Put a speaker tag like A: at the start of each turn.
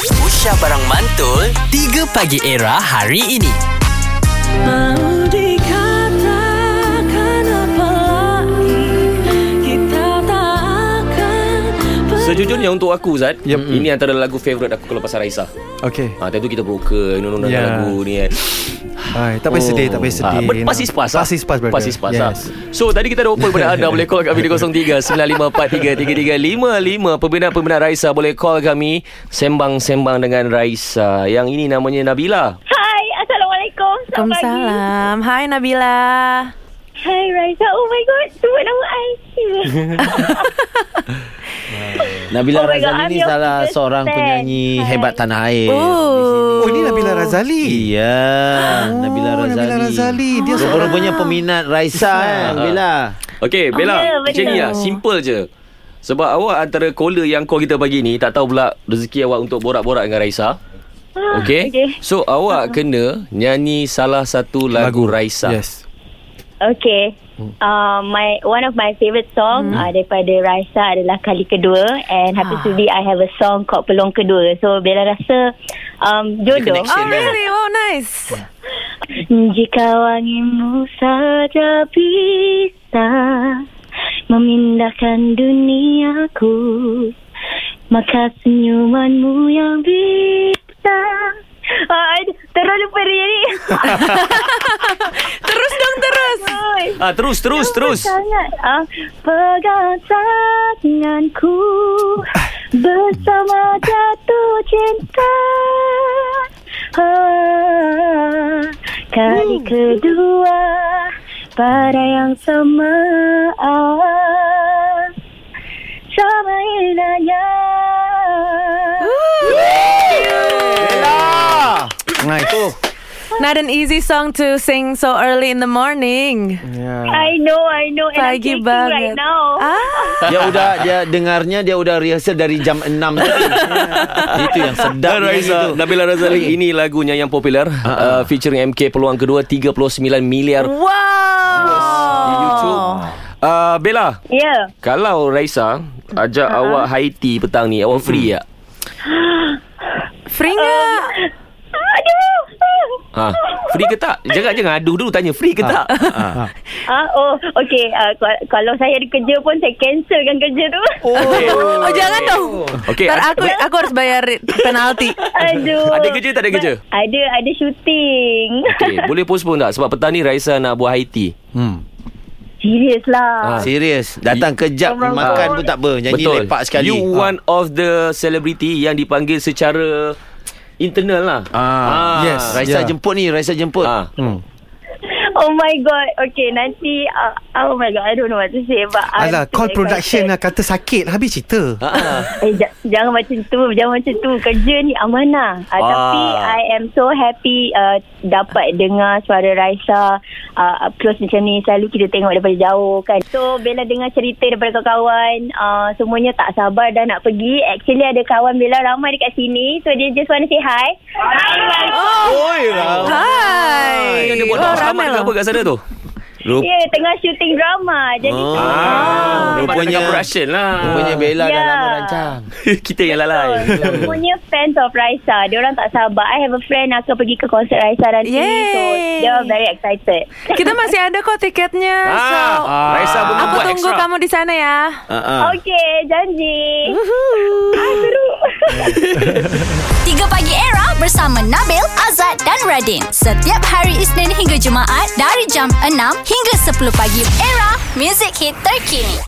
A: Syah Barang Mantul 3 Pagi Era hari ini
B: Mau dikatakan apa lagi Kita tak akan
C: Sejujurnya untuk aku Zat yep. Ini antara lagu favourite aku Kalau pasal Raisa
D: Okay
C: ha, Time tu kita broken Nunung yeah.
D: Ya.
C: lagu ni kan
D: Hai, tak payah sedih, tak
E: Oh.
D: payah sedih.
C: Ah, pas is
E: lah.
C: pas. ah.
D: Pas is pas, brother.
C: Pas is pas. ah.
D: Yes.
C: So tadi kita ada open pada anda boleh call kami di 03 95433355 pembina-pembina Raisa boleh call kami sembang-sembang dengan Raisa. Yang ini namanya Nabila.
F: Hai, Assalamualaikum. Selamat pagi.
G: Waalaikumsalam. Hai Nabila.
F: Hai, Raisa. Oh my God, sebut nama I.
E: Nabila
F: Oh
E: oh
F: my God,
E: Razali
F: I'm
E: ni
F: your
E: salah
F: biggest
E: seorang
F: fan.
E: penyanyi
F: Hai.
E: hebat tanah air.
G: Oh,
D: Oh, ini Nabila Razali.
E: Iya,
D: Oh,
E: Nabila Razali.
D: Nabila Razali. Dia
E: Dia
D: seorang
E: rupanya peminat Raisa eh, Nabila.
C: Okey, Bella.
F: ya, betul.
C: macam ni lah. Simple je. Sebab awak antara caller yang call kita pagi ni tak tahu pula rezeki awak untuk borak-borak dengan Raisa. Okey.
F: Okay.
C: So awak kena nyanyi salah satu lagu, Raisa.
D: Yes.
F: okay.
E: Hmm.
F: Uh, my one of my favorite song uh, daripada Raisa adalah Kali Kedua and happens to be I have a song called Peluang Kedua. So Bella rasa um, jodoh.
G: Oh
E: kan?
G: really? Oh nice.
F: Jika wangimu saja bisa memindahkan duniaku Maka senyumanmu yang bisa Ah, I terlalu berdiri.
G: Terus dong terus.
C: Ah terus terus terus.
F: Sangat ah, pegang tanganku
G: Ah.
F: bersama jatuh cinta. Ah, kali
G: Hmm.
F: kedua pada yang sama. Ah, sama indahnya.
G: Ah.
E: Ah!
D: Nice. Oh.
G: Not an easy song to sing so early in the morning.
D: Yeah.
F: I know, I know. And
G: Pagi
F: I'm shaking
G: banget.
F: right now.
G: Ah,
E: Dia
C: Ya,
E: udah dia dengarnya dia udah rehearsal dari jam 6 tadi. Itu yang sedap
C: Dan
E: nyanyi
C: Raisa
E: tu.
C: Nabila Razali Ini lagunya yang popular uh, Featuring MK Peluang kedua 39
G: Ha.
C: miliar Di YouTube
G: wow.
C: uh, Bella
F: Yeah.
C: Kalau Raisa Ajak awak high tea petang ni Awak free tak?
B: Um,
G: Free nggak?
F: Aduh.
C: Ha. Free ke tak? Jangan jangan aduh dulu tanya free ke tak?
F: Ah, oh, okey. Uh, kalau saya ada kerja pun saya cancelkan kerja tu. Oh.
G: Oh, jangan dong.
C: Okey,
G: Ntar
C: ada-
G: aku aku harus bayar penalti.
F: Aduh.
C: Ada kerja tak ada kerja?
F: Ada, ada syuting.
C: Okay, boleh postpone tak? Sebab petang ni Raisa nak buat high tea.
D: Hmm.
F: Serius
D: Ah.
E: Ah.
F: lah.
E: Serius, datang kejap
F: Orang
E: makan
F: orang.
E: pun tak apa, nyanyi
C: Betul.
E: lepak sekali. Ah.
C: You one of the celebrity yang dipanggil secara internal lah.
E: Ah,
D: yes.
E: Raisa
D: Yeah.
E: jemput ni, Raisa jemput.
C: Ah.
D: Hmm.
F: Oh my god. Okay, nanti. Uh, oh my god, I don't know what to say. But I'm
D: Alah,
F: so
D: call production
F: excited.
D: lah. Kata sakit. Habis cerita.
C: Ah.
F: Eh, j- jangan macam tu. Jangan macam tu. Kerja ni amanah. Uh,
C: Ah.
F: Tapi I am so happy uh, dapat dengar suara Raisa uh, up close macam ni. Selalu kita tengok daripada jauh kan. So, Bella dengar cerita daripada kawan-kawan. Uh, semuanya tak sabar dah nak pergi. Actually, ada kawan Bella ramai dekat sini. So, dia just want to say hi.
G: Oh,
E: Oi, Raisa.
G: hai.
C: Yang dia buat
G: Oh,
C: tak selamat
G: ramai
C: ke
G: lah.
C: apa kat sana tu?
F: Ya, yeah, tengah syuting drama. Jadi,
E: Oh.
C: Ah,
E: Rupanya-
C: Russian lah.
E: Rupanya Bella dah
F: Ya.
E: lama rancang.
C: kita yang lalai.
F: So, semuanya fans of Raisa. Dia orang tak sabar. I have a friend akan pergi ke konsert Raisa nanti.
G: Yay.
F: So, they are very excited.
G: Kita masih ada kok tiketnya. So,
C: Ah, Raisa belum
G: aku
C: buat
G: tunggu
C: extra.
G: kamu di sana ya.
E: Ah, ah.
F: Okay, janji. Ah, seru.
H: 3 Pagi Era bersama Nabil, Azad dan Radin. Setiap hari Isnin hingga Jumaat dari jam 6 hingga 10 pagi. Era, music hit terkini.